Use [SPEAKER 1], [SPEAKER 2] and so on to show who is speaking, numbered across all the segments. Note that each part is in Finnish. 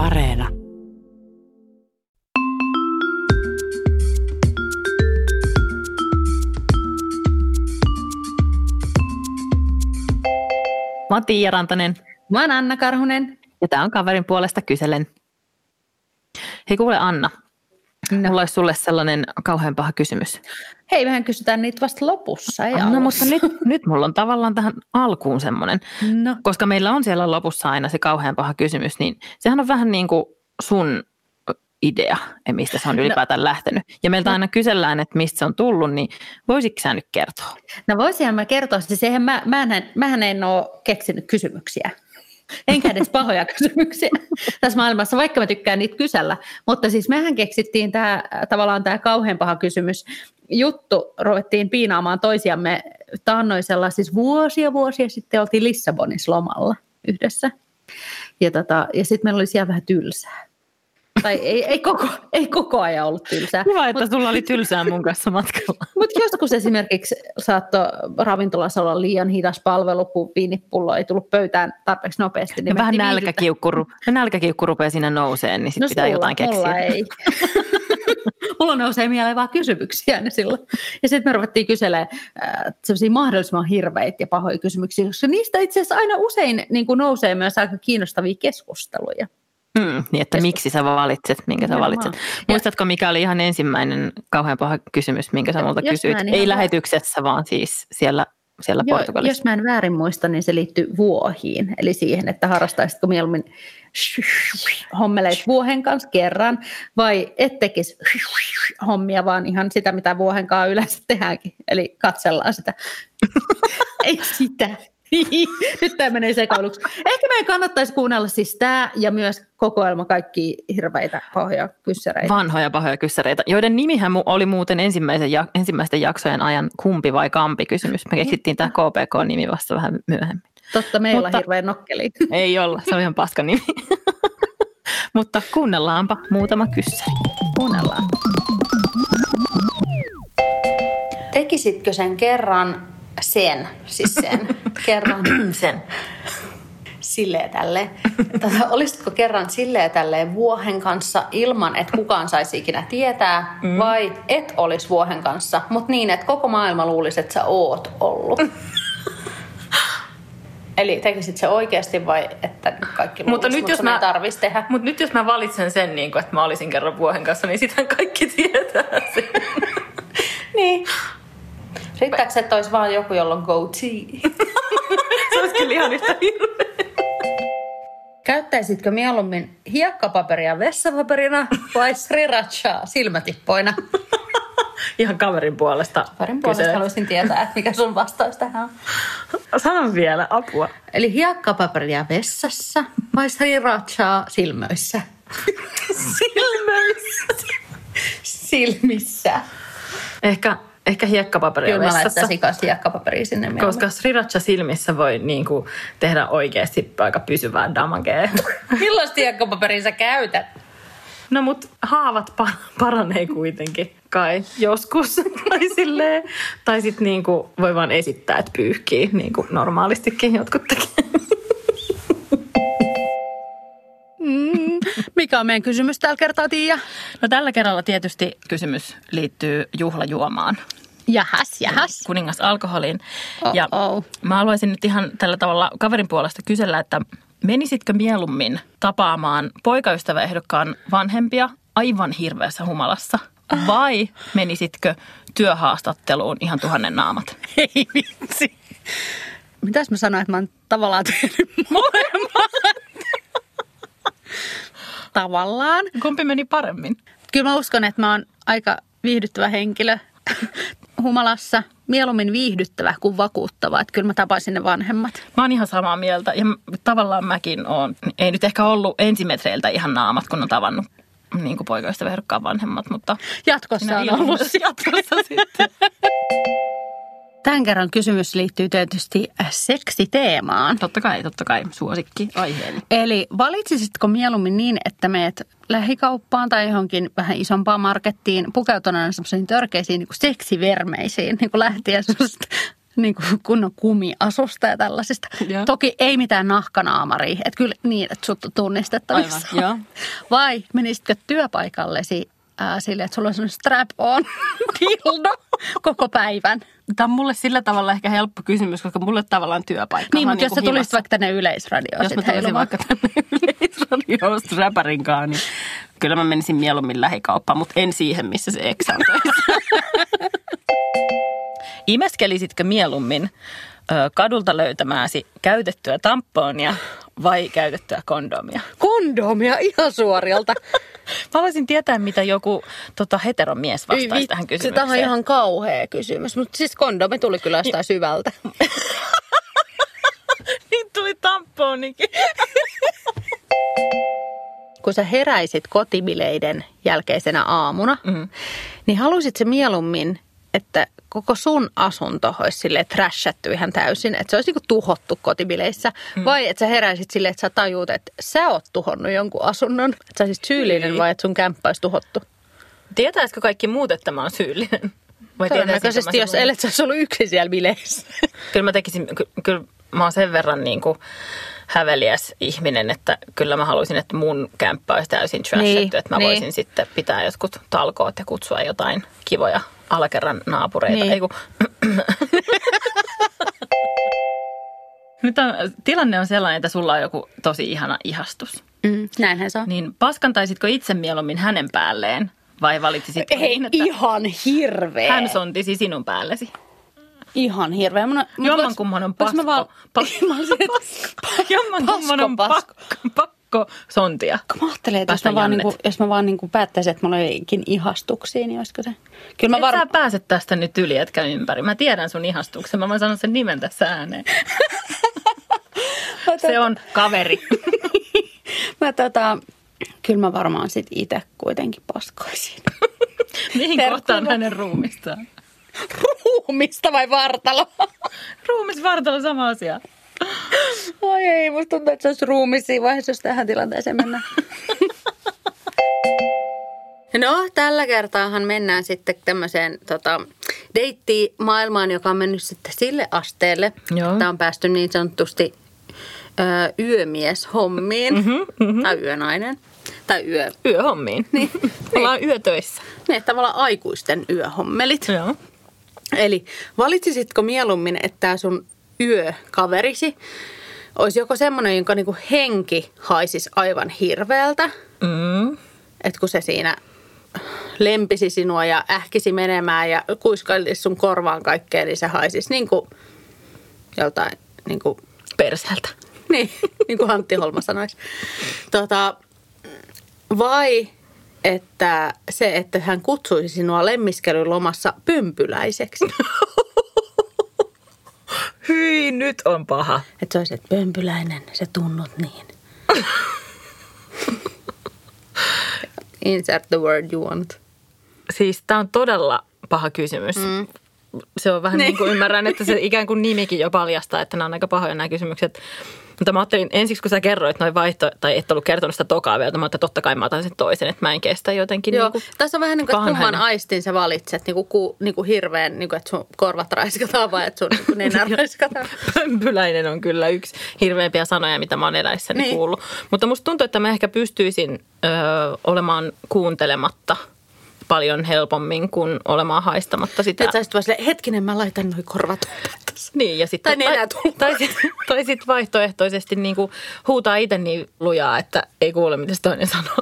[SPEAKER 1] Areena. Mä oon Tiia Rantanen.
[SPEAKER 2] Mä oon Anna Karhunen.
[SPEAKER 1] Ja tää on kaverin puolesta kyselen. Hei kuule Anna, no. mulla olisi sulle sellainen kauhean paha kysymys.
[SPEAKER 2] Hei, mehän kysytään niitä vasta lopussa, ei
[SPEAKER 1] Anna,
[SPEAKER 2] alussa.
[SPEAKER 1] mutta nyt, nyt mulla on tavallaan tähän alkuun semmoinen,
[SPEAKER 2] No,
[SPEAKER 1] koska meillä on siellä lopussa aina se kauhean paha kysymys, niin sehän on vähän niin kuin sun idea, ja mistä se on ylipäätään no. lähtenyt. Ja meiltä
[SPEAKER 2] No.
[SPEAKER 1] aina kysellään, että mistä se on tullut, niin voisitko sä nyt kertoa?
[SPEAKER 2] no voisinhan mä kertoa, siis eihän mä, mähän, en- mähän en ole keksinyt kysymyksiä. Enkä edes pahoja kysymyksiä tässä maailmassa, vaikka mä tykkään niitä kysellä. Mutta siis mehän keksittiin tämä tavallaan tämä kauhean paha kysymys. Juttu ruvettiin piinaamaan toisiamme taannoisella, siis vuosia vuosia sitten oltiin Lissabonissa lomalla yhdessä. Ja, tota, ja sitten meillä oli siellä vähän tylsää. Tai ei, ei, koko, ei koko ajan ollut tylsää.
[SPEAKER 1] Hyvä, että
[SPEAKER 2] Mut-
[SPEAKER 1] sulla oli tylsää mun kanssa matkalla.
[SPEAKER 2] Mutta joskus esimerkiksi saattoi ravintolassa olla liian hidas palvelu, kun viinipullo ei tullut pöytään tarpeeksi nopeasti.
[SPEAKER 1] Ja
[SPEAKER 2] Niin
[SPEAKER 1] No vähän
[SPEAKER 2] mentiin viihdyttää-
[SPEAKER 1] nälkäkiukku, ru- nälkäkiukku rupeaa siinä nouseen, niin sit no, pitää
[SPEAKER 2] sulla-
[SPEAKER 1] jotain
[SPEAKER 2] Mulla
[SPEAKER 1] keksiä.
[SPEAKER 2] ei. mulla nousee mieleen vaan kysymyksiä aina silloin. Ja sitten me ruvettiin kyselemään äh, sellaisia mahdollisimman hirveitä ja pahoja kysymyksiä, koska niistä itse asiassa aina usein niin kuin nousee myös aika kiinnostavia keskusteluja.
[SPEAKER 1] Mm, niin, että miksi sä valitset, minkä sä
[SPEAKER 2] Nimenomaan.
[SPEAKER 1] valitset.
[SPEAKER 2] Ja-
[SPEAKER 1] Muistatko, mikä oli ihan ensimmäinen kauhean paha kysymys, minkä sä multa
[SPEAKER 2] Jos mä en
[SPEAKER 1] kysyit?
[SPEAKER 2] ihan
[SPEAKER 1] Ei
[SPEAKER 2] vä-
[SPEAKER 1] lähetyksessä, vaan siis siellä, siellä
[SPEAKER 2] Joo,
[SPEAKER 1] Portugalissa.
[SPEAKER 2] jos mä en väärin muista, niin se liittyy vuohiin, eli siihen, että harrastaisitko mieluummin hommeleit vuohen kanssa kerran, vai et tekisi hommia, vaan ihan sitä, mitä vuohen kanssa yleensä tehdäänkin, eli katsellaan sitä. Ei sitä. Nyt tämä menee sekoiluksi. Ehkä meidän kannattaisi kuunnella siis tämä ja myös kokoelma kaikki hirveitä pahoja kyssäreitä.
[SPEAKER 1] Vanhoja pahoja kyssäreitä, joiden nimihän mu- oli muuten ensimmäisen ja- ensimmäisten jaksojen ajan kumpi vai kampi kysymys. Me keksittiin tämä KPK-nimi vasta vähän myöhemmin.
[SPEAKER 2] Totta, meillä
[SPEAKER 1] mutta-
[SPEAKER 2] on hirveän nokkeli.
[SPEAKER 1] Ei olla, se on ihan paska nimi. Mutta kuunnellaanpa muutama kyssäri.
[SPEAKER 2] Kuunnellaan.
[SPEAKER 3] Tekisitkö sen kerran sen, siis sen, kerran
[SPEAKER 1] Sen.
[SPEAKER 3] silleen tälle. Tätä, tota, olisitko kerran silleen tälleen vuohen kanssa ilman, että kukaan saisi ikinä tietää, mm. vai et olisi vuohen kanssa, mutta niin, että koko maailma luulisi, että sä oot ollut. Eli tekisit se oikeasti vai että nyt kaikki luulisi,
[SPEAKER 4] Mutta
[SPEAKER 3] mutta
[SPEAKER 4] nyt
[SPEAKER 3] nyt mut
[SPEAKER 4] jos
[SPEAKER 3] jos
[SPEAKER 4] mä-
[SPEAKER 3] ei tarvitsisi tehdä.
[SPEAKER 4] Mutta nyt jos mä valitsen sen, niin kun, että mä olisin kerran vuohen kanssa, niin sitähän kaikki tietää sen.
[SPEAKER 3] Niin. Riittääkö se, että olisi vaan joku, jolla on goatee?
[SPEAKER 4] Se olisi kyllä ihan yhtä hirveä.
[SPEAKER 3] Käyttäisitkö mieluummin hiekkapaperia vessapaperina vai srirachaa silmätippoina?
[SPEAKER 4] Ihan kaverin puolesta.
[SPEAKER 3] Parin puolesta
[SPEAKER 4] kyselet.
[SPEAKER 3] haluaisin tietää, että mikä sun vastaus tähän on.
[SPEAKER 4] Sano vielä, apua.
[SPEAKER 3] Eli hiekkapaperia vessassa vai srirachaa silmöissä?
[SPEAKER 4] Silmäys.
[SPEAKER 3] Silmissä.
[SPEAKER 4] Ehkä, ehkä hiekkapaperia
[SPEAKER 3] Kyllä mä
[SPEAKER 4] vessassa.
[SPEAKER 3] laittaisin kanssa hiekkapaperia sinne mieluummin.
[SPEAKER 4] Koska sriracha silmissä voi niin kuin, tehdä oikeasti aika pysyvää damagea.
[SPEAKER 3] Millaista hiekkapaperia sä käytät?
[SPEAKER 4] No mut haavat pa- paranee kuitenkin kai joskus. tai silleen. Tai sit niinku voi vaan esittää, että pyyhkii niin kuin normaalistikin jotkut tekee.
[SPEAKER 2] Mikä on meidän kysymys tällä kertaa, Tiia?
[SPEAKER 1] No tällä kerralla tietysti kysymys liittyy juhlajuomaan.
[SPEAKER 2] Jahas, jahas.
[SPEAKER 1] kuningas alkoholiin.
[SPEAKER 2] Oh,
[SPEAKER 1] ja
[SPEAKER 2] oh.
[SPEAKER 1] mä haluaisin nyt ihan tällä tavalla kaverin puolesta kysellä, että menisitkö mieluummin tapaamaan poikaystäväehdokkaan vanhempia aivan hirveässä humalassa? Vai menisitkö työhaastatteluun ihan tuhannen naamat?
[SPEAKER 2] Ei vitsi. Mitäs mä sanoin, että mä oon tavallaan tehnyt molemmat? tavallaan.
[SPEAKER 1] Kumpi meni paremmin?
[SPEAKER 2] Kyllä mä uskon, että mä oon aika viihdyttävä henkilö humalassa. Mieluummin viihdyttävä kuin vakuuttava. Että kyllä mä tapaisin ne vanhemmat.
[SPEAKER 1] Mä oon ihan samaa mieltä ja m- tavallaan mäkin oon, ei nyt ehkä ollut ensimetreiltä ihan naamat, kun on tavannut niin kuin poikaystäväehdokkaan vanhemmat, mutta
[SPEAKER 2] Jatkossa
[SPEAKER 1] siinä
[SPEAKER 2] on ollut.
[SPEAKER 1] ilmassa jatkossa sitten.
[SPEAKER 2] Tämän kerran kysymys liittyy tietysti seksiteemaan.
[SPEAKER 1] Totta kai, totta kai, suosikki aiheeni.
[SPEAKER 2] Eli valitsisitko mieluummin niin, että meet lähikauppaan tai johonkin vähän isompaan markettiin pukeutuneena semmoisiin törkeisiin niin seksivermeisiin, niin kuin niinku lähtien semmoisesta niin kuin kunnon kumiasusta ja tällaisista.
[SPEAKER 5] Joo.
[SPEAKER 2] Toki ei mitään nahkanaamaria, että kyllä niin, että sut on tunnistettavissa.
[SPEAKER 5] Aivan, joo.
[SPEAKER 2] Vai menisitkö työpaikallesi ää, sille, että sulla on sellainen strap on dildo koko päivän?
[SPEAKER 5] Tämä on mulle sillä tavalla ehkä helppo kysymys, koska mulle tavallaan työpaikka
[SPEAKER 2] Niin,
[SPEAKER 5] on
[SPEAKER 2] mutta jos
[SPEAKER 5] niinku
[SPEAKER 2] sä tulisit
[SPEAKER 5] himassa.
[SPEAKER 2] vaikka tänne
[SPEAKER 5] Jos
[SPEAKER 2] yleisradioon
[SPEAKER 5] mä
[SPEAKER 2] sit
[SPEAKER 5] tulisin
[SPEAKER 2] heilumaan.
[SPEAKER 5] vaikka tänne yleisradioon räpärinkaan, niin kyllä mä menisin mieluummin lähikauppaan, mutta en siihen, missä se X on töissä.
[SPEAKER 1] Imeskelisitkö mieluummin ö, kadulta löytämääsi käytettyä tamponia vai käytettyä kondomia?
[SPEAKER 2] kondomia ihan suorilta.
[SPEAKER 1] Mä haluaisin tietää, mitä joku tota, heteron mies
[SPEAKER 2] Ei
[SPEAKER 1] vastaisi
[SPEAKER 2] vitsi,
[SPEAKER 1] tähän
[SPEAKER 2] Tämä on
[SPEAKER 1] kysymykseen.
[SPEAKER 2] ihan kauhea kysymys, mutta siis kondomi tuli kyllä jostain syvältä.
[SPEAKER 1] Niin tuli tamponikin.
[SPEAKER 2] Kun sä heräisit kotibileiden jälkeisenä aamuna,
[SPEAKER 1] Mm-hmm.
[SPEAKER 2] mm. niin halusit se mieluummin, että koko sun asunto olisi sille trashattu ihan täysin, että se olisi niinku tuhottu kotibileissä, mm. vai että sä heräisit silleen, että sä tajuut, että sä oot tuhonnut jonkun asunnon, että sä olisit syyllinen vai että sun kämppä olisi tuhottu.
[SPEAKER 1] Tietäisikö kaikki muut, että mä oon syyllinen? Vai tietäisikö
[SPEAKER 2] Todennäköisesti,
[SPEAKER 1] mä
[SPEAKER 2] jos
[SPEAKER 1] sen-
[SPEAKER 2] elet sä olisi ollut yksin siellä bileissä.
[SPEAKER 1] Kyllä mä tekisin, ky- kyllä mä oon sen verran niin kuin häveliäs ihminen, että kyllä mä haluaisin, että mun kämppä olisi täysin trashetty,
[SPEAKER 2] Niin,
[SPEAKER 1] niin, että mä
[SPEAKER 2] niin.
[SPEAKER 1] niin. voisin sitten pitää jotkut talkoot ja kutsua jotain kivoja alakerran naapureita.
[SPEAKER 2] Niin.
[SPEAKER 1] Niin. Ei kun... Nyt on, tilanne on sellainen, että sulla on joku tosi ihana ihastus.
[SPEAKER 2] Mm, näinhän se on.
[SPEAKER 1] Niin paskantaisitko itse mieluummin hänen päälleen vai valitsisit
[SPEAKER 2] Ei,
[SPEAKER 1] niin, että
[SPEAKER 2] ihan hirveä.
[SPEAKER 1] hän sontisi sinun päällesi?
[SPEAKER 2] Ihan hirveä. Mun, mut
[SPEAKER 1] Jommankumman on
[SPEAKER 2] vois- vois
[SPEAKER 1] pasko.
[SPEAKER 2] Mä vaan,
[SPEAKER 1] pasko.
[SPEAKER 2] mä olisin, että
[SPEAKER 1] Jommankumman on
[SPEAKER 2] pasko,
[SPEAKER 1] pakko, pakko sontia.
[SPEAKER 2] kun mä ajattelin, että jos
[SPEAKER 1] Päästä
[SPEAKER 2] mä, vaan
[SPEAKER 1] Jannet.
[SPEAKER 2] niinku, jos mä vaan niinku päättäisin, että mä olenkin ihastuksiin, niin olisiko se? Kyllä mä
[SPEAKER 1] Mä var... sä
[SPEAKER 2] varmaan...
[SPEAKER 1] pääset tästä nyt yli, etkä ympäri. Mä tiedän sun ihastuksen. Mä voin sanoa sen nimen tässä ääneen. Se on kaveri.
[SPEAKER 2] Mä tota, kyllä mä varmaan sit itse kuitenkin paskoisin.
[SPEAKER 1] Mihin
[SPEAKER 2] Tervetuloa.
[SPEAKER 1] kohtaan hänen ruumistaan?
[SPEAKER 2] Ruumista vai vartalo?
[SPEAKER 1] Ruumis vartalo sama asia.
[SPEAKER 2] Oi ei, musta tuntuu, että se olisi ruumi siinä vaiheessa, jos tähän tilanteeseen mennään. No, tällä kertaahan mennään sitten tämmöiseen tota, deittimaailmaan, joka on mennyt sitten sille asteelle.
[SPEAKER 1] Joo.
[SPEAKER 2] Tämä on päästy niin sanotusti ö, yömieshommiin, mm-hmm, mm-hmm. tai yönainen, tai yö,
[SPEAKER 1] Yöhommiin. Niin. Ollaan yötöissä.
[SPEAKER 2] ne tavallaan aikuisten yöhommelit.
[SPEAKER 1] Joo.
[SPEAKER 2] Eli valitsisitko mieluummin, että tämä sun yökaverisi olisi joko semmoinen, jonka niinku henki haisisi aivan hirveältä,
[SPEAKER 1] Mm.
[SPEAKER 2] että kun se siinä lempisi sinua ja ähkisi menemään ja kuiskailisi sun korvaan kaikkea, niin se haisisi niin kuin joltain, niin kuin,
[SPEAKER 1] Perseltä.
[SPEAKER 2] niin, niin kuin Antti Holma sanoisi. Tota, vai että se, että hän kutsuisi sinua lemmiskelylomassa pömpyläiseksi.
[SPEAKER 1] Hyi, nyt on paha.
[SPEAKER 2] Että se olisi, että pömpyläinen, se tunnut niin. Insert the word you want.
[SPEAKER 1] Siis tämä on todella paha kysymys. Mm. Se on vähän niin kuin ymmärrän, että se ikään kuin nimikin jo paljastaa, että nämä on aika pahoja nämä kysymykset. Mutta mä ajattelin ensiksi, kun sä kerroit noin vaihto, tai et ollut kertonut sitä tokaa vielä, että mä ajattelin, että totta kai mä otan sen toisen, että mä en kestä jotenkin.
[SPEAKER 2] Joo,
[SPEAKER 1] Niin kuin,
[SPEAKER 2] tässä on vähän niin kuin, että kumman
[SPEAKER 1] pahanhäinen.
[SPEAKER 2] aistin sä valitset, niin kuin, ku, niin kuin hirveän, niin kuin, että sun korvat raiskataan vai että sun niin kuin nenä raiskataan.
[SPEAKER 1] Pömpyläinen on kyllä yksi hirveämpiä sanoja, mitä mä oon eläissäni
[SPEAKER 2] Niin.
[SPEAKER 1] niin. kuullut. Mutta musta tuntuu, että mä ehkä pystyisin ö, olemaan kuuntelematta paljon helpommin kuin olemaan haistamatta sitä.
[SPEAKER 2] Nyt sä olisit vaan silleen, hetkinen, mä laitan noi korvat.
[SPEAKER 1] Niin, ja sitten,
[SPEAKER 2] Tai nenä
[SPEAKER 1] tai, tai, sit- tai sit vaihtoehtoisesti niin kuin huutaa itse niin lujaa, että ei kuule, mitä se toinen sanoo.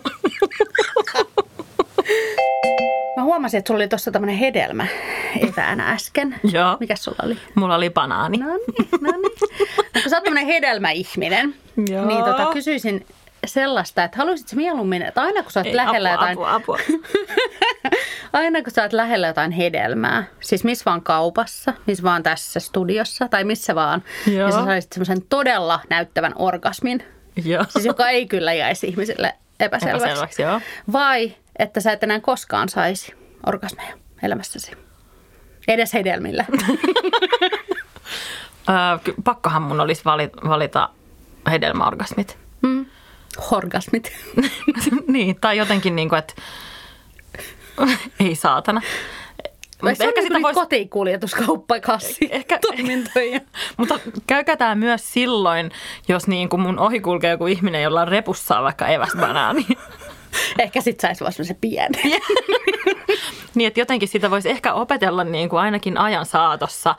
[SPEAKER 2] Mä huomasin, että sulla oli tuossa tämmöinen hedelmä eväänä äsken.
[SPEAKER 1] Joo.
[SPEAKER 2] Mikäs sulla oli?
[SPEAKER 1] Mulla oli banaani.
[SPEAKER 2] No niin, no niin. No, Kun sä oot tämmönen hedelmäihminen,
[SPEAKER 1] Joo.
[SPEAKER 2] niin tota, kysyisin sellaista, että haluaisit mieluummin, että aina kun sä oot
[SPEAKER 1] Ei,
[SPEAKER 2] lähellä
[SPEAKER 1] apua,
[SPEAKER 2] jotain,
[SPEAKER 1] apua, apua.
[SPEAKER 2] aina kun sä oot lähellä jotain hedelmää, siis missä vaan kaupassa, missä vaan tässä studiossa tai missä vaan, Joo.
[SPEAKER 1] Joo.
[SPEAKER 2] niin sä saisit semmoisen todella näyttävän orgasmin,
[SPEAKER 1] Joo.
[SPEAKER 2] siis joka ei kyllä jäisi ihmiselle epäselväksi.
[SPEAKER 1] Epäselväksi, joo.
[SPEAKER 2] Vai että sä et enää koskaan saisi orgasmeja elämässäsi. Edes hedelmillä.
[SPEAKER 1] Ö, ky- pakkohan mun olisi vali- valita hedelmäorgasmit.
[SPEAKER 2] Orgasmit.
[SPEAKER 1] niin, tai jotenkin niin kuin, että ei niinku, saatana.
[SPEAKER 2] Vai se on niinku
[SPEAKER 1] ehkä sitä
[SPEAKER 2] ehkä sitä Eh,
[SPEAKER 1] voisi-
[SPEAKER 2] kotiinkuljetuskauppakassi
[SPEAKER 1] Ehkä-
[SPEAKER 2] toimintoja.
[SPEAKER 1] Mutta käykää tämä myös silloin, jos niin kuin mun ohi kulkee joku ihminen, jolla on repussaan vaikka eväsbanaani.
[SPEAKER 2] Ehkä sit saisi vaan semmoisen pienen.
[SPEAKER 1] niin, että jotenkin sitä voisi ehkä opetella niin kuin ainakin ajan saatossa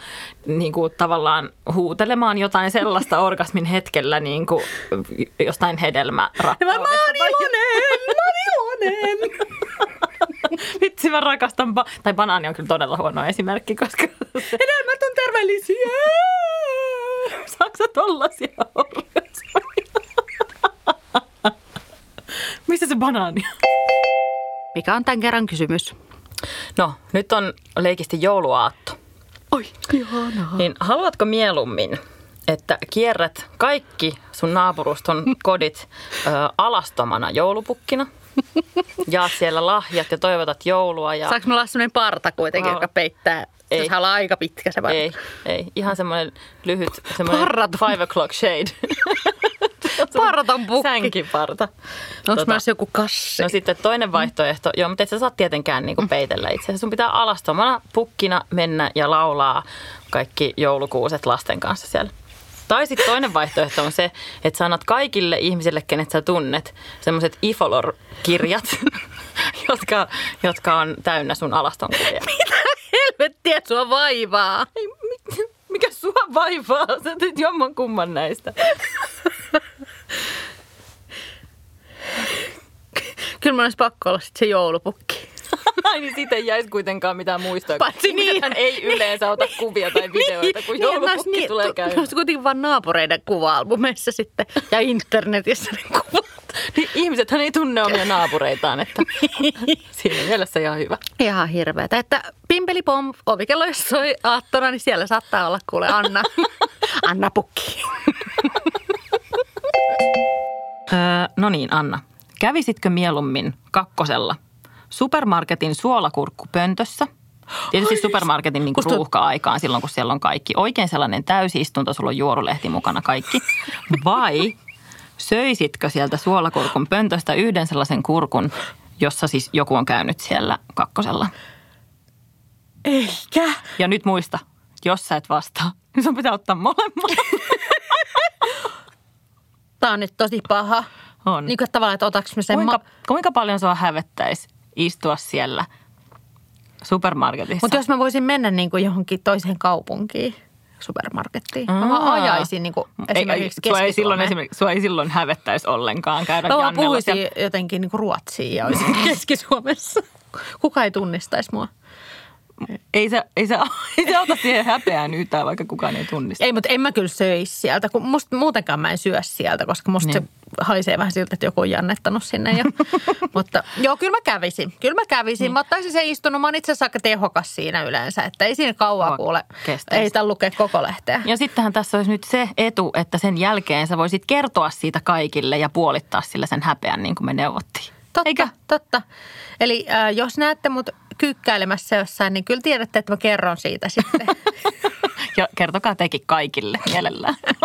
[SPEAKER 1] niin kuin tavallaan huutelemaan jotain sellaista orgasmin hetkellä niin kuin jostain
[SPEAKER 2] Mä, mä
[SPEAKER 1] hedelmärakkaudesta.
[SPEAKER 2] oon iloinen, mä oon iloinen.
[SPEAKER 1] Vitsi, mä rakastan. Ba- tai banaani on kyllä todella huono esimerkki, koska
[SPEAKER 2] Hedelmät on terveellisiä.
[SPEAKER 1] saako sä tollasia orgasmeja? Missä se banaani on?
[SPEAKER 2] Mikä on tämän kerran kysymys?
[SPEAKER 1] No, nyt on leikisti jouluaatto.
[SPEAKER 2] Oi, ihanaa.
[SPEAKER 1] Niin haluatko mieluummin, että kierrät kaikki sun naapuruston kodit ö, alastomana joulupukkina? Jaat siellä lahjat ja toivotat joulua ja...
[SPEAKER 2] Saanko mulla olla semmoinen parta kuitenkin,
[SPEAKER 1] Mä-
[SPEAKER 2] joka peittää?
[SPEAKER 1] Ei.
[SPEAKER 2] Ei. Se olla aika pitkä se parta.
[SPEAKER 1] Ei, ei. Ihan semmoinen lyhyt, semmoinen
[SPEAKER 2] Parrat.
[SPEAKER 1] five o'clock shade.
[SPEAKER 2] Partan pukki.
[SPEAKER 1] Sänkiparta.
[SPEAKER 2] Onko
[SPEAKER 1] Tota-
[SPEAKER 2] tota... joku kassi?
[SPEAKER 1] No sitten toinen vaihtoehto, joo, mutta et sä saa tietenkään niinku peitellä itse. Sun pitää alastomana pukkina mennä ja laulaa kaikki joulukuuset lasten kanssa siellä. Tai sitten toinen vaihtoehto on se, että sä annat kaikille ihmisille, kenet sä tunnet, semmoiset Ifolor-kirjat, jotka, jotka on täynnä sun alaston kuvia.
[SPEAKER 2] Helvettiä, sua vaivaa.
[SPEAKER 1] Ei, mit- mikä sua vaivaa? Sä teet jomman kumman näistä.
[SPEAKER 2] Kyllä mun olisi pakko olla sit se joulupukki.
[SPEAKER 1] Ai niin siitä ei jäisi kuitenkaan mitään muistoja.
[SPEAKER 2] Paitsi niin.
[SPEAKER 1] Ihmisethän ei yleensä ota kuvia tai videoita, kun
[SPEAKER 2] en Niin, mä ois
[SPEAKER 1] joulupukki tulee
[SPEAKER 2] tu-
[SPEAKER 1] käymään.
[SPEAKER 2] ne olisi kuitenkin vaan naapureiden kuva-albumeissa sitten ja internetissä ne kuvat.
[SPEAKER 1] Niin ihmisethän ei tunne omia naapureitaan, että siinä mielessä ihan hyvä.
[SPEAKER 2] Ihan hirveetä. Että pimpeli pom, ovikello jos soi aattona, niin siellä saattaa olla kuule Anna. Anna pukki.
[SPEAKER 1] Öö, no niin, Anna. Kävisitkö mieluummin kakkosella supermarketin suolakurkkupöntössä? Tietysti supermarketin niin
[SPEAKER 2] Musta-
[SPEAKER 1] ruuhka-aikaan silloin, kun siellä on kaikki. Oikein sellainen täysistunto, sulla on juorulehti mukana kaikki. Vai söisitkö sieltä suolakurkun pöntöstä yhden sellaisen kurkun, jossa siis joku on käynyt siellä kakkosella?
[SPEAKER 2] Eikä.
[SPEAKER 1] Ja nyt muista, jos sä et vastaa, niin sun pitää ottaa molemmat.
[SPEAKER 2] Tää on nyt tosi paha.
[SPEAKER 1] On.
[SPEAKER 2] Niin kuin tavallaan, että otaks mä sen
[SPEAKER 1] kuinka,
[SPEAKER 2] ma-
[SPEAKER 1] kuinka paljon sua hävettäisi istua siellä supermarketissa?
[SPEAKER 2] Mutta jos mä voisin mennä niin kuin johonkin toiseen kaupunkiin, supermarkettiin, mä vaan
[SPEAKER 1] Aa.
[SPEAKER 2] ajaisin niin kuin esimerkiksi
[SPEAKER 1] ei, sua, ei silloin,
[SPEAKER 2] Keski-Suomeen.
[SPEAKER 1] esimerkiksi, sua ei silloin hävettäisi ollenkaan käydä
[SPEAKER 2] Mä vaan
[SPEAKER 1] Jannella
[SPEAKER 2] puhuisin
[SPEAKER 1] siellä.
[SPEAKER 2] jotenkin niin kuin ruotsia ja olisin Keski-Suomessa. Kuka ei tunnistaisi mua.
[SPEAKER 1] Ei se, ei, se, ei se auta siihen häpeään yhtään, vaikka kukaan ei tunnista.
[SPEAKER 2] Ei, mutta en mä kyllä söisi sieltä, kun musta, muutenkaan mä en syö sieltä, koska musta niin.
[SPEAKER 1] Niin.
[SPEAKER 2] se haisee vähän siltä, että joku on jannettanut sinne. Ja, mutta joo, kyllä mä kävisin. Kyllä mä kävisin. Niin. Mä ottaisin sen istunut. Mä oon itse asiassa aika tehokas siinä yleensä, että ei siinä kauaa
[SPEAKER 1] Mua
[SPEAKER 2] kuule.
[SPEAKER 1] kestäisi.
[SPEAKER 2] Ei tämän lukea koko lehteä.
[SPEAKER 1] Ja sittenhän tässä olisi nyt se etu, että sen jälkeen sä voisit kertoa siitä kaikille ja puolittaa sillä sen häpeän, niin kuin me neuvottiin.
[SPEAKER 2] Totta,
[SPEAKER 1] Eikä?
[SPEAKER 2] totta. Eli äh, jos näette mut kyykkäilemässä jossain, niin kyllä tiedätte, että mä kerron siitä sitten.
[SPEAKER 1] Ja kertokaa tekin kaikille mielellään.